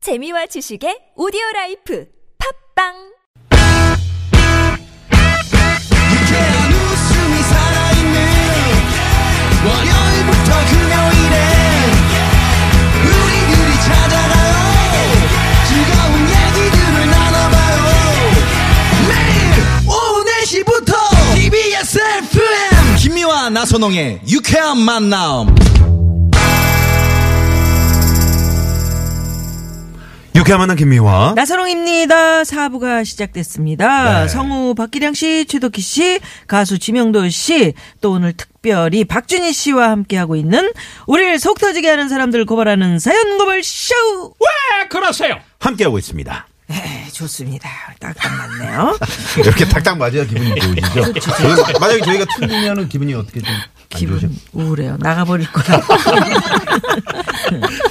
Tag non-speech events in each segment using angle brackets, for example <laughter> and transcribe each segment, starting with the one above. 재미와 지식의 오디오 라이프 팝빵! 유쾌한 웃음이 살아있는 월요일부터 금요일에 우리들이 찾아가요 즐거운 얘기들을 나눠봐요 매일 오후 4시부터 TBS FM 김미와 나선홍의 유쾌한 만남 유쾌한 만남 김미화. 어? 나선홍입니다. 4부가 시작됐습니다. 네. 성우 박기량 씨, 최덕희 씨, 가수 지명도 씨, 또 오늘 특별히 박준희 씨와 함께하고 있는 우리를 속 터지게 하는 사람들을 고발하는 사연 고발 쇼! 왜 그러세요? 함께하고 있습니다. 네, 좋습니다. 딱딱 맞네요. 이렇게 딱딱 맞아야 기분이 좋으시죠? 저희가- 만약에 저희가 틀리면 기분이 어떻게 좀. 기분 우울해요. 나가버릴 <laughs> 거야. 어,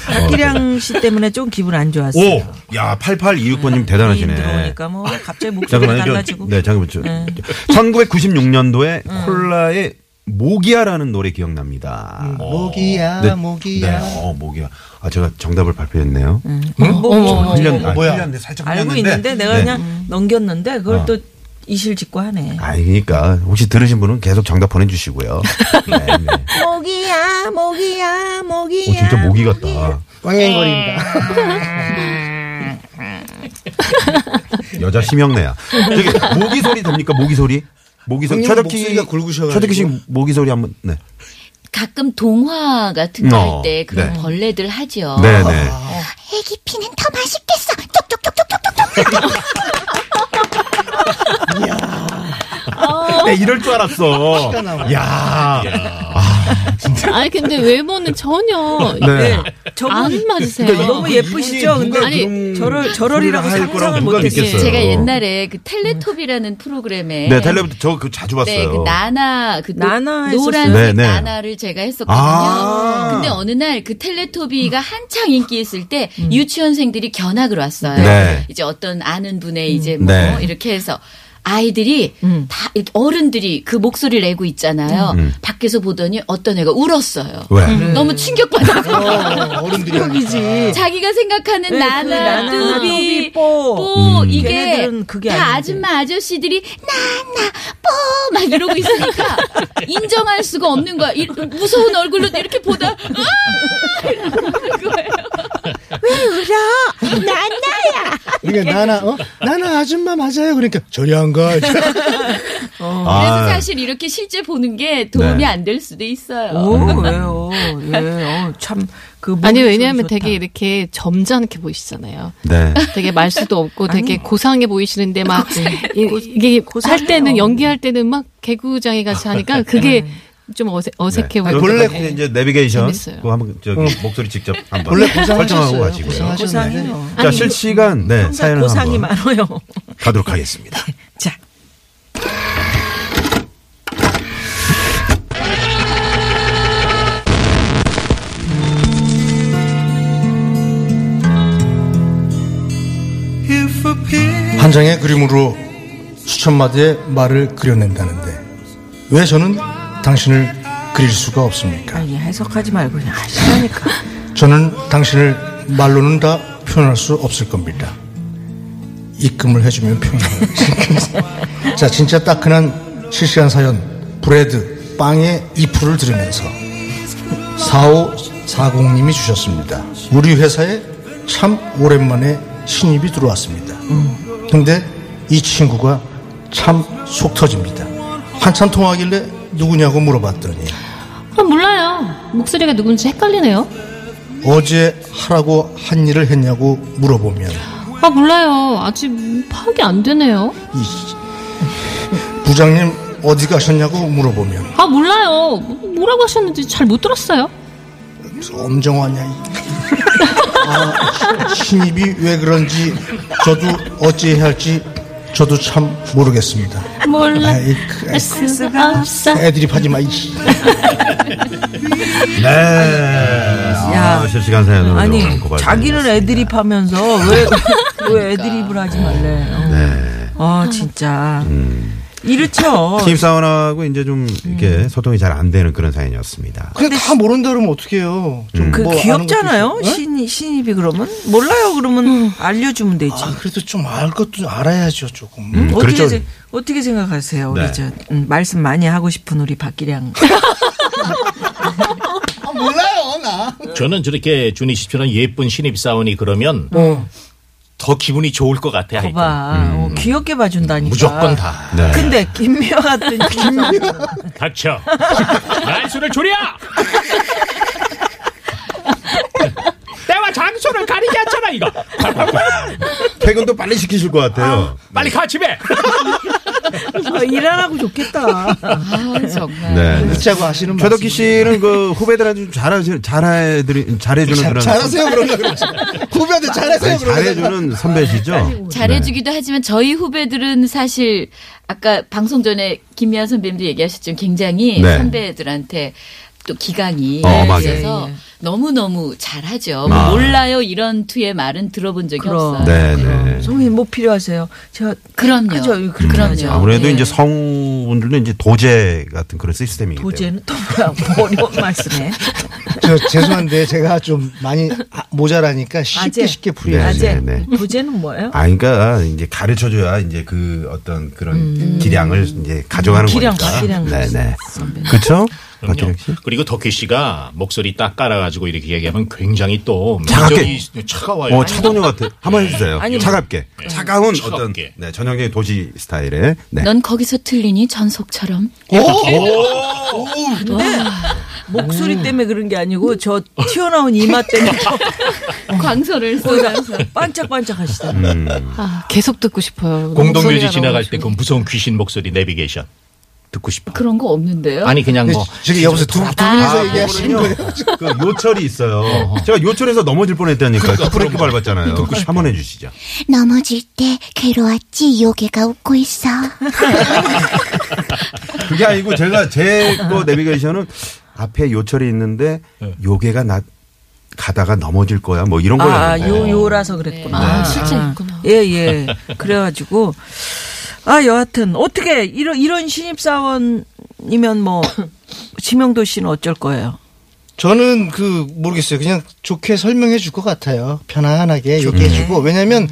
박기량 씨 때문에 좀 기분 안 좋았어요. 오, 야, 8826번님 대단하시네. 들어오니까 뭐 갑자기 목소리 잠깐만요. 저- 달라지고. 음. 네, 잠깐만요. 저- 1996년도에 콜라의 모기야라는 노래 기억납니다. 음, 모기야, 네, 모기야. 네, 어, 모기야. 아, 제가 정답을 발표했네요. 어, 뭐, 뭐, 흘렸- 아, 어, 뭐야. 흘렸는데 살짝 알고 흘렸는데. 있는데 내가 네. 음. 어. 그냥 넘겼는데 그걸 또 이실직고하네. 아, 그러니까 혹시 들으신 분은 계속 정답 <laughs> 보내주시고요. 네, 네. 모기야, 모기야, 모기야. 오, 진짜 모기 같다. 꽝냥거립니다. 예. 여자 심형래야. 저기 모기 소리 됩니까? 모기 소리? 모기 소리. 형님 최덕희 목소리가 굵으셔가지고. 최덕희 씨 모기 소리 한번. 네. 가끔 동화 같은 거 어, 할 때 그런 네. 벌레들 하죠. 네, 네. 아. 애기 피는 더 맛있겠어. 쪽쪽쪽쪽쪽쪽. 네, 이럴 줄 알았어. 야. <laughs> 아니 근데 외모는 전혀 네. 안 맞으세요. 너무 그러니까 예쁘시죠? 근데 아니, 저럴 저럴이라고 소리를 할 거라고 상상을 누가 못했어요. 믿겠어요? 제가 옛날에 그 텔레토비라는 프로그램에 네, 텔레비전 저그 자주 봤어요. 네, 그 나나 그 노- 나나 노란색 했었어요. 네, 네. 나나를 제가 했었거든요. 아. 근데 어느 날 그 텔레토비가 한창 인기 있을 때 유치원생들이 견학을 왔어요. 네. 이제 어떤 아는 분의 이제 뭐 네. 이렇게 해서 아이들이 다 이렇게 어른들이 그 목소리를 내고 있잖아요. 음. 밖에서 보더니 어떤 애가 울었어요. 왜? 음. 너무 충격받아서 어른들이. 여기지. <laughs> 자기가 생각하는 네, 그 나나, 나나, 뚜비, 뚜비, 뽀. 음. 뽀 이게 걔네들은 그게 다 아닌데. 아줌마 아저씨들이 나나 뽀 막 <laughs> 이러고 있으니까 인정할 수가 없는 거야. 이- 무서운 얼굴로 이렇게 보다 아! 이러는 거예요. 그러니까 나나 어 나나 아줌마 맞아요. 그러니까 저리 안 가. 그래서 어. 아, 사실 이렇게 실제 보는 게 도움이 네. 안 될 수도 있어요. 오 왜요? 예, 어, 참그 아니 왜냐하면 되게 이렇게 점잖게 보이시잖아요. 네. 되게 말 수도 <laughs> 없고 되게 고상해 보이시는데 막 이, 이게 할 고상해요. 네. 때는 연기할 때는 막 개구장이 같이 <laughs> 하니까 그게 좀 어색, 어색해 네. 보이고 본래 그 이제 내비게이션 재밌어요. 그거 한번 저기 목소리 직접 한번 본래 설정하고 고상하셨어요. 가시고요. 고상하셨는데. 고상해요. 자, 실시간 네, 항상 사연을 고상이 한번 많아요. <laughs> 가도록 하겠습니다. 자, 한 장의 그림으로 수천 마디의 말을 그려낸다는데 왜 저는 당신을 그릴 수가 없습니까? 아니, 해석하지 말고 그냥 하시라니까. 저는 당신을 말로는 다 표현할 수 없을 겁니다. 입금을 해주면 표현하겠습니다. <laughs> 자, 진짜 따끈한 실시간 사연 브레드 빵의 이프를 들으면서 4540님이 주셨습니다. 우리 회사에 참 오랜만에 신입이 들어왔습니다. 근데 이 친구가 참 속 터집니다. 한참 통화하길래 누구냐고 물어봤더니 그럼 아, 몰라요. 목소리가 누군지 헷갈리네요. 어제 하라고 한 일을 했냐고 물어보면 아 몰라요. 아직 파악이 안 되네요. 부장님 어디 가셨냐고 물어보면 아 몰라요. 뭐- 뭐라고 하셨는지 잘 못 들었어요. 엄정화냐 아, 시- 신입이 왜 그런지 저도 어찌해야 할지 저도 참 모르겠습니다 몰라. 아이, 그- 알 수가 없어. 애들이 하지마 이씨 네. 아, 실시간 사연으로 아니 좀 고발을 자기는 드리겠습니다. 애드립하면서 <laughs> 왜 왜 애드립을 하지 말래? 어. 네. 아 진짜 이렇죠. 팀 사원하고 이제 좀 음. 이렇게 소통이 잘 안 되는 그런 사연이었습니다. 근데 다 모른다 그러면 어떡해요. 좀 그 뭐 아는 것도 귀엽잖아요. 있고. 어? 신, 신입이 그러면 몰라요. 그러면 음. 알려주면 되지. 아, 그래도 좀 알 것도 알아야죠, 조금. 음, 어떻게 그렇죠. 생- 어떻게 생각하세요, 우리 네. 저 음, 말씀 많이 하고 싶은 우리 박기량. 몰라요, 나. 저는 저렇게 준희 씨처럼 예쁜 신입 사원이 그러면 어. 더 기분이 좋을 것 같아. 하여튼. 봐봐, 어, 귀엽게 봐준다니까. 무조건 다. 네. 근데 김미화 <laughs> 같은 닥쳐. <laughs> 말수를 줄여. <laughs> 때와 장소를 가리지 않잖아 이거. <laughs> 퇴근도 빨리 시키실 것 같아요. 빨리 가 집에. 일안하고 좋겠다. 아, 정말. 네. 네. 웃자고 하시는 최덕기 말씀. 씨는 그 후배들한테 좀 잘하시, 잘해드리, 잘해주는 자- 그런. 잘하세요, 그러면. 그러지. <laughs> 후배한테 잘하세요, 아니, 그러면. 잘해주는 선배시죠? 잘해주기도 하지만 저희 후배들은 사실 아까 방송 전에 김미아 선배님도 얘기하셨지만 굉장히 네. 선배들한테 또 기강이 어, 있어서 엄하게. 예, 너무너무 잘하죠. 아. 몰라요 이런 투의 말은 들어본 적이 그럼. 없어요. 네, 네. 성인 뭐 필요하세요? 제가 그럼요. 하죠. 그렇게 하죠. 아무래도 예. 이제 성우분들은 이제 도제 같은 그런 시스템이기 때문에. 도제는 또 뭐야? 어려운 말씀에. 저 죄송한데 제가 좀 많이 아- 모자라니까 쉽게 아재. 쉽게 풀어야지. 아재. 네, 도제는 뭐예요? 아, 그러니까 이제 가르쳐줘야 이제 그 어떤 그런 기량을 이제 가져가는 음. 기량, 거니까. 기량. 네네. 그렇죠? 박기량 씨? 그리고 덕희 씨가 목소리 딱 깔아가지고 이렇게 얘기하면 굉장히 또 차갑게. 면적이 차가워요. 어, 차동료 같아. 한번 해주세요. 차갑게. 뭐, 네. 차가운 어떤 차갑게. 네, 전형적인 도시 스타일의. 네. 넌 거기서 틀리니 전속처럼. 목소리 때문에 그런 게 아니고 저 튀어나온 이마 때문에 <laughs> 네. 광선을 어. 쏟아서. 반짝반짝 하시다. 아, 계속 듣고 싶어요. 공동묘지 목소리가 지나갈 너무 때 그 무서운 귀신 목소리 내비게이션 듣고 싶어. 그런 거 없는데요. 아니 그냥 뭐 저기 여기서 두, 두 분이서 네. 얘기하시는 거예요. 아, 그 요철이 있어요. 제가 요철에서 넘어질 뻔했다니까. 요그 브레이크 밟았잖아요. 한번 해주시죠. 넘어질 때 괴로웠지 요괴가 웃고 있어. 그게 아니고 제가 제 거 내비게이션은 앞에 요철이 있는데 요괴가 나 가다가 넘어질 거야. 뭐 이런 아, 거였는데. 요, 요라서 그랬구나. 아, 아, 실제 아. 있구나. 예, 예. 그래가지고. 아, 여하튼, 어떻게, 이런, 이런 신입사원이면 뭐, 지명도 씨는 어쩔 거예요? 저는 그 모르겠어요. 그냥 좋게 설명해 줄 것 같아요. 편안하게 얘기해 주고 네. 왜냐면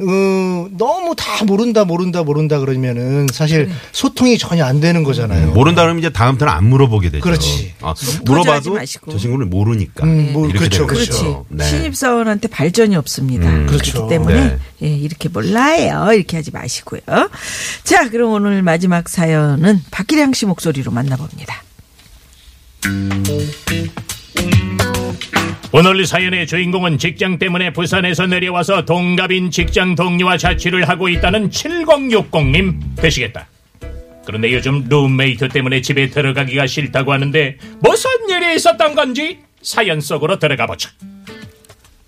어, 너무 다 모른다 모른다 모른다 그러면은 사실 네. 소통이 전혀 안 되는 거잖아요. 네. 모른다 그러면 이제 다음부터는 안 물어보게 되죠. 그렇지. 아, 하지 물어봐도 음, 마시고. 저 친구는 모르니까. 네, 음, 뭐, 이렇게 그렇죠, 되는 거죠. 그렇지. 네. 신입사원한테 발전이 없습니다. 음. 그렇죠. 그렇기 때문에, 네. 예, 이렇게 몰라요. 이렇게 하지 마시고요. 자, 그럼 오늘 마지막 사연은 박기량 씨 목소리로 만나봅니다. 오늘 사연의 주인공은 직장 때문에 부산에서 내려와서 동갑인 직장 동료와 자취를 하고 있다는 7060님 되시겠다. 그런데 요즘 룸메이트 때문에 집에 들어가기가 싫다고 하는데 무슨 일이 있었던 건지 사연 속으로 들어가 보자.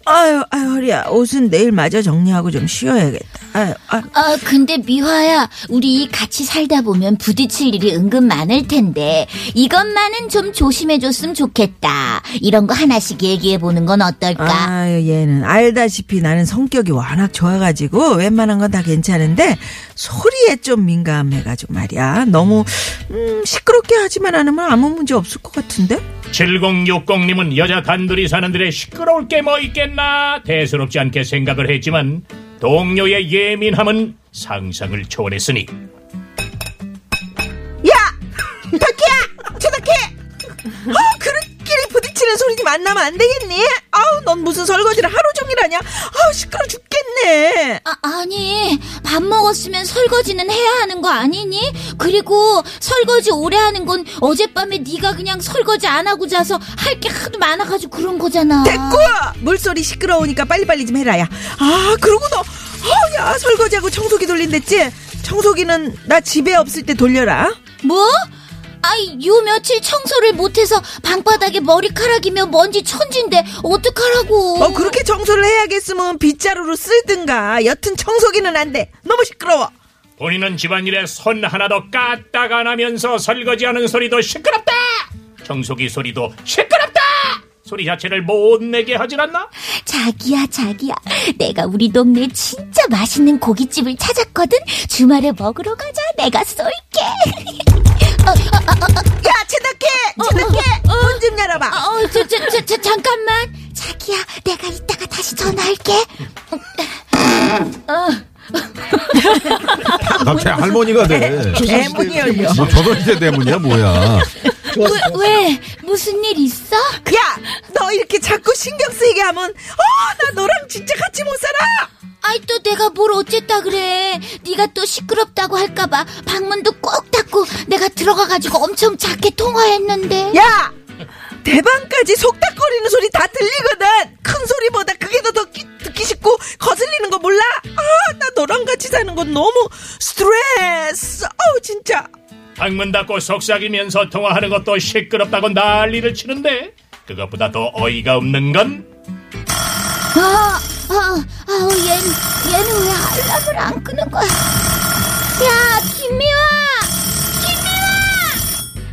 아유, 아유, 허리야. 옷은 내일 마저 정리하고 좀 쉬어야겠다. 아유, 아유. 아 근데 미화야 우리 같이 살다 보면 부딪힐 일이 은근 많을 텐데 이것만은 좀 조심해줬으면 좋겠다. 이런 거 하나씩 얘기해 보는 건 어떨까? 아유, 얘는 알다시피 나는 성격이 워낙 좋아가지고 웬만한 건 다 괜찮은데 소리에 좀 민감해가지고 말이야. 너무 음, 시끄럽게 하지만 않으면 아무 문제 없을 것 같은데? 7060님은 여자 단둘이 사는들의 시끄러울 게 뭐 있겠나 대수롭지 않게 생각을 했지만 동료의 예민함은 상상을 초월했으니 박희야! 최덕희! 어, 그릇끼리 부딪히는 소리 좀 안 나면 안 되겠니? 아우, 넌 무슨 설거지를 하루 종일 하냐? 아우, 시끄러 죽겠네. 아, 아니 밥 먹었으면 설거지는 해야 하는 거 아니니? 그리고 설거지 오래 하는 건 어젯밤에 네가 그냥 설거지 안 하고 자서 할 게 하도 많아가지고 그런 거잖아. 됐고! 물소리 시끄러우니까 빨리빨리 좀 해라, 야. 아, 그러고 너, 어, 야, 설거지하고 청소기 돌린댔지? 청소기는 나 집에 없을 때 돌려라. 뭐? 아이 요 며칠 청소를 못해서 방바닥에 머리카락이며 먼지 천진데 어떡하라고? 어, 그렇게 청소를 해야겠으면 빗자루로 쓸든가. 여튼 청소기는 안 돼. 너무 시끄러워. 본인은 집안일에 손 하나 더 까딱 안 하면서 설거지하는 소리도 시끄럽다! 청소기 소리도 시끄럽다! 소리 자체를 못 내게 하진 않나? 자기야 자기야 내가 우리 동네 진짜 맛있는 고깃집을 찾았거든 주말에 먹으러 가자 내가 쏠게. 어, 어, 어, 어, 어. 야, 최덕기! 최덕기! 문 좀 어, 열어봐. 아, 어, 저, 저, 저, 저, 잠깐만. 자기야, 내가 이따가 다시 전화할게. 나 걔 할머니가 네. 돼. 어. 대문이 열려. 뭐 저런 시대 대문이야 뭐야. 네. 왜, 왜? 무슨 일 있어? 야, 너 이렇게 자꾸 신경 쓰이게 하면, 어, 나 너랑 진짜 같이 못 살아! 아이, 또 내가 뭘 어쨌다 그래. 네가 또 시끄럽다고 할까봐 방문도 꼭 닫고 내가 들어가가지고 엄청 작게 통화했는데. 야! 대방까지 속닥거리는 소리 다 들리거든! 큰 소리보다 그게 더, 더 끼- 듣기 쉽고 거슬리는 거 몰라? 아, 나 너랑 같이 사는 건 너무 스트레스! 어우, 진짜. 방문 닫고 속삭이면서 통화하는 것도 시끄럽다고 난리를 치는데 그것보다 더 어이가 없는 건 아, 아, 아우, 얘, 얘는 왜 알람을 안 끄는 거야? 야, 김미화! 김미화!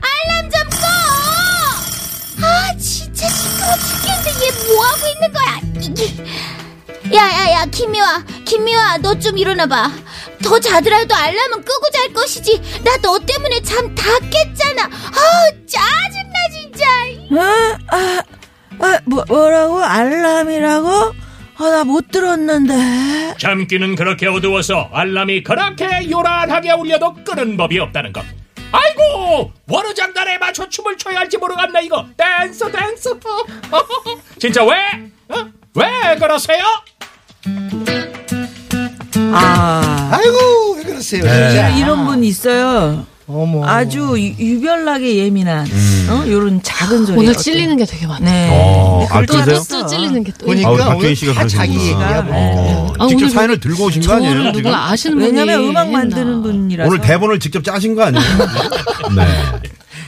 알람 좀 꺼! 아, 진짜 시끄러 죽겠는데 얘 뭐하고 있는 거야? 이게. 야, 야, 야, 김미화, 김미화, 너 좀 일어나봐. 더 자더라도 알람은 끄고 잘 것이지. 나 너 때문에 잠 다 깼잖아. 아, 짜증나, 진짜. 어? 아, 아, 뭐, 뭐라고? 알람이라고? 아, 나 못 들었는데. 잠기는 그렇게 어두워서 알람이 그렇게 요란하게 울려도 끄는 법이 없다는 것 아이고 워느 장단에 맞춰 춤을 춰야 할지 모르겠네 이거 댄서 댄서 <laughs> 진짜 왜? 어? 왜 그러세요? 아. 아이고 왜 그러세요? 네. 야, 네. 이런 분 있어요. 어머. 아주 유- 유별나게 예민한, 어? 요런 작은 소리. 오늘 어떤- 찔리는 게 되게 많아. 네. 음. 어, 그걸 또 알뜰해요? 알았어. 또 찔리는 게 또. 보니까 아우, 오늘 박정희 씨가 다 자기 그러시구나. 얘기야. 어, 아, 직접 오늘 사연을 들고 오신 거 저를 아니에요? 지금? 누가 아시는 분이 왜냐면 음악 했나. 만드는 분이라서. 오늘 대본을 직접 짜신 거 <laughs> 아니에요? 네.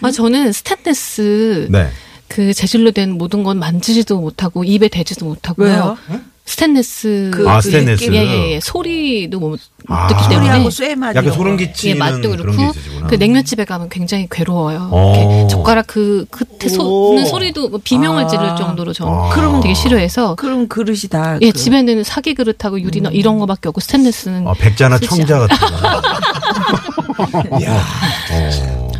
아 저는 스탠레스 네. 그 재질로 된 모든 건 만지지도 못하고 입에 대지도 못하고요. 어. 왜요? 스탠레스 그- 아, 그 스테인레스. 예, 예, 예. 소리도 못 아. 듣기 때문에 소리하고 쇠 맞아. 약간 소름 예, 끼치는 맛도 그런 게 그렇고 있으시구나. 그 냉면집에 가면 굉장히 괴로워요. 어. 이렇게 젓가락 그 끝에 오. 솟는 소리도 뭐 비명을 아. 지를 정도로 저는 아. 그러면 되게 싫어해서 그럼 그릇이다. 예 그. 집에는 사기 그릇하고 유리나 이런 거밖에 없고 스탠레스는 음. 아, 백자나 청자 같은 거. <laughs> 어.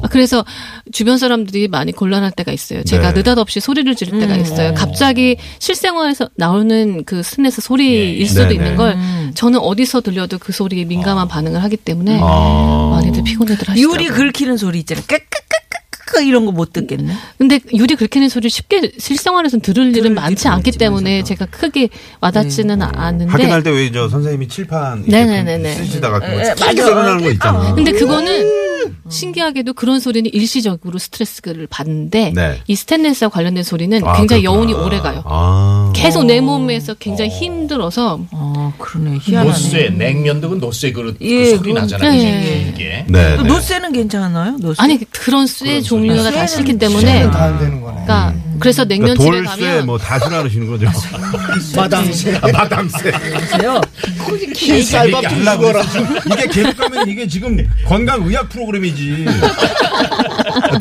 아, 그래서 주변 사람들이 많이 곤란할 때가 있어요. 제가 네. 느닷없이 소리를 지를 때가 있어요. 갑자기 실생활에서 나오는 그 스트레스 소리일 수도 네, 네. 있는 걸 저는 어디서 들려도 그 소리에 민감한 반응을 하기 때문에 아. 많이들 피곤해들 하시더라고요. 유리 긁히는 소리 있잖아. 까까까까까 이런 거 못 듣겠네. 근데 유리 긁히는 소리를 쉽게 실생활에서는 들을 일은 많지 네. 않기 때문에 제가 크게 와닿지는 않는데 학교 다닐 때왜 저 선생님이 칠판 이렇게 네네네네. 쓰시다가 음. 그거 뭐 네, 착 맞아. 드러나는 거 있잖아. 근데 그거는 신기하게도 그런 소리는 일시적으로 스트레스를 받는데 네. 이 스탠레스와 관련된 소리는 아, 굉장히 그렇구나. 여운이 오래 가요. 아. 계속 내 몸에서 굉장히 힘들어서 어, 그러네. 희한하네. 냉면도 그 노쇠 그릇 음. 예, 소리 그건- 나잖아요. 네. 이게 네. 네. 노쇠는 괜찮아요? 노쇠. 아니 그런 쇠 종류가 다 쇠는 싫기 때문에 다 안 되는 거네. 그러니까 그래서 그러니까 냉면집에 돌쇠 가면 뭐 다수라르시는 <laughs> 거죠. 아, 마당새. 마당새. 그래요. 네. 흰 쌀밥 좀 죽어라. 이게 계속 가면 이게 지금 건강 의학 프로그램이지.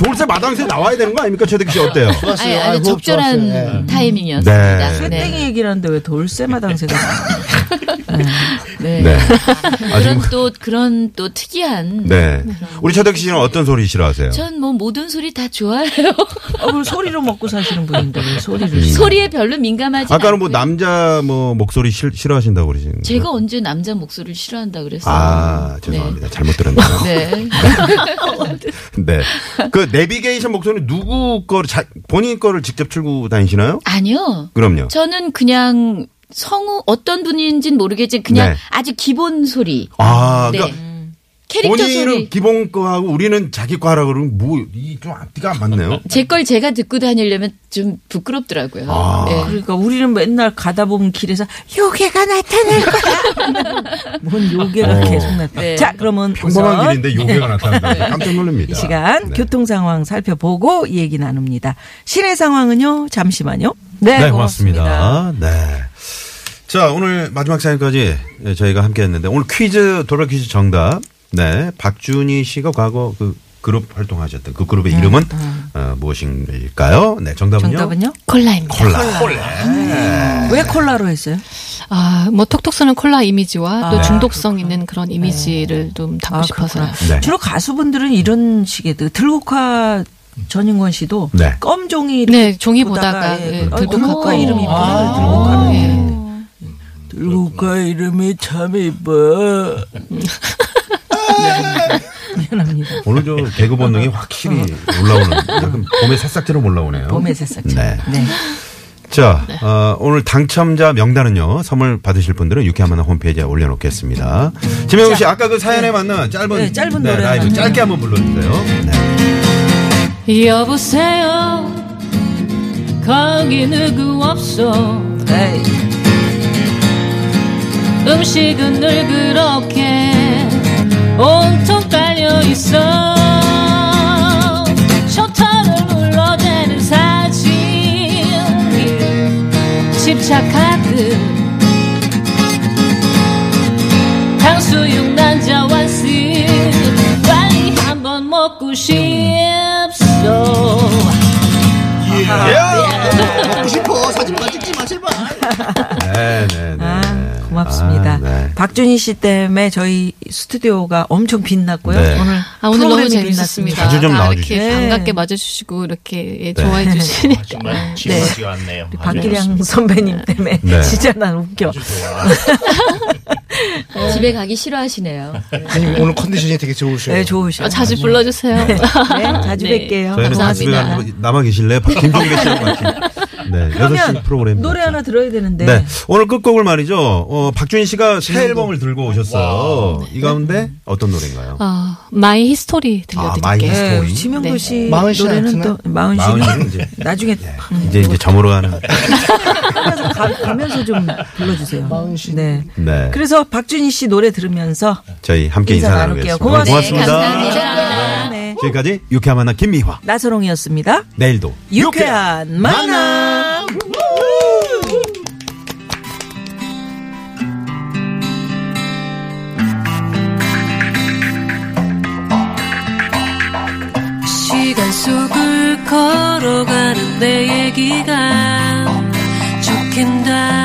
돌쇠 마당새 나와야 되는 거 아닙니까? 최덕기 씨 어때요? 아니, 좋았어요. 아주 아이고, 적절한 좋았어요. 예. 타이밍이었습니다. 네. 쇠땡이 얘기를 하는데 왜 돌쇠마당새가 나와요? 네. 네. 아, 그런 지금 또 그런 또 특이한. 네. 우리 최덕기 씨는 어떤 소리 싫어하세요? 전 뭐 모든 소리 다 좋아해요. <laughs> 어, 그럼 소리로 먹고 사시는 분인데 왜 소리를. 음. 소리에 별로 민감하지. 아까는 뭐 않고요. 남자 뭐 목소리 싫, 싫어하신다고 그러시는 거예요? 제가 언제 남자 목소리를 싫어한다 그랬어요. 음. 아, 죄송합니다. 잘못 들었네요. 네. 네. <laughs> 네. 그 내비게이션 목소리 누구 거를 자, 본인 거를 직접 출고 다니시나요? 아니요. 그럼요. 저는 그냥 성우 어떤 분인진 모르겠지만 그냥 네. 아주 기본 소리. 아, 네. 그러니까 캐릭터 본인은 소리. 기본 거하고 우리는 자기 거 하라 그러면 뭐 이 좀 앞뒤가 안 맞네요. 제 걸 제가 듣고 다니려면 좀 부끄럽더라고요. 아. 네. 그러니까 우리는 맨날 가다 보면 길에서 요괴가 나타날 거야. <laughs> 뭔 요괴가 어. 계속 나타. 네. 자, 그러면 평범한 우선 길인데 요괴가 나타난다. 깜짝 놀랍니다. 이 시간 네. 교통 상황 살펴보고 얘기 나눕니다. 시내 상황은요. 잠시만요. 네, 고맙습니다. 네. 자, 오늘 마지막 사연까지 예, 저희가 함께 했는데 오늘 퀴즈, 돌발 퀴즈 정답. 네. 박준희 씨가 과거 그 그룹 활동하셨던 그 그룹의 이름은 어, 무엇일까요? 네, 정답은요? 정답은요? 콜라입니다. 콜라. 왜 콜라로 했어요? 아, 뭐 톡톡 쓰는 콜라 이미지와 또 아, 중독성 있는 그런 이미지를 좀 담고 싶어서요. 네. 주로 가수분들은 이런 식의 그 들- 들국화 전인권 씨도 네. 검 종이 네, 종이 보다가 예, 예, 어, 들고 들국화 가까이. 이름이 아, 어, 들국화 예. 들국화 이름이 참 이뻐. <laughs> 네. 미안합니다. 오늘 저 개그 본능이 확실히 <laughs> 올라오는 약간 봄의 어. 새싹처럼 올라오네요. 봄의 새싹처럼. 네. 네. 자, 어, 오늘 당첨자 명단은요, 선물 받으실 분들은 유쾌한 만남 홈페이지에 올려놓겠습니다. 지명우 씨, 아까 그 사연에 맞는 짧은, 네, 짧은 노래 라이브 하나. 짧게 한번 불러주세요. 네. 여보세요. 거기 누구 없어. 에이, 음식은 늘 그렇게 온통 깔려 있어. 셔터를 눌러대는 사진 집착하듯 탕수육 난자 왔으 빨리 한번 먹고 싶소. 예! 먹고 싶어 사진만 찍지 마 제발. 네, 네, 네. 아, 고맙습니다. 아, 네. 박준희 씨 때문에 저희 스튜디오가 엄청 빛났고요. 네. 오늘 아, 오늘 너무 프로그램이 재밌었습니다. 자주 좀 다 나와주시죠. 네. 이렇게 네. 반갑게 맞아주시고 이렇게 예, <laughs> 좋아해 주시니. 아, 정말 지루하지 않네요. 아주 박기량 선배님 때문에 <laughs> 네. 진짜 난 웃겨. 좋아. 집에 가기 싫어하시네요. 아니 오늘 컨디션이 되게 좋으셔요. 네, 좋으셔. 아, 자주 불러주세요. 네, 자주 네. 뵐게요. 저희는 지금 집에 감사합니다. 가서 남아 계실래요? 박- 김종배 씨랑 같이. 네, 그러면 6시 프로그램. 노래 하나 들어야 되는데. 네. 오늘 끝곡을 말이죠. 어, 박준희 네. 씨가 새 앨범을 들고 오셨어요. 이 가운데 어떤 노래인가요? 아, 어, 마이 히스토리 들려드릴게요. 아, 마이 히스토리. 네, 스토리. 우리 지명도 네. 씨 마흔 씨 노래는 아무튼은 또 마흔 마흔 씨 씨는 이제 <laughs> 나중에 음, 이제 이제 점으로 <laughs> 가는. 가면서 가, 가면서 좀 불러주세요. 마흔 씨. 네. 네. 그래서 박준희 씨 노래 들으면서 저희 함께 인사, 인사 나눌게요. 나누겠습니다. 고맙습니다. 고맙습니다. 감사합니다. 네. 지금까지 유쾌한 만남 김미화. 나서롱이었습니다. 내일도 유쾌한 만남. 시간 속을 걸어가는 내 얘기가 적힌다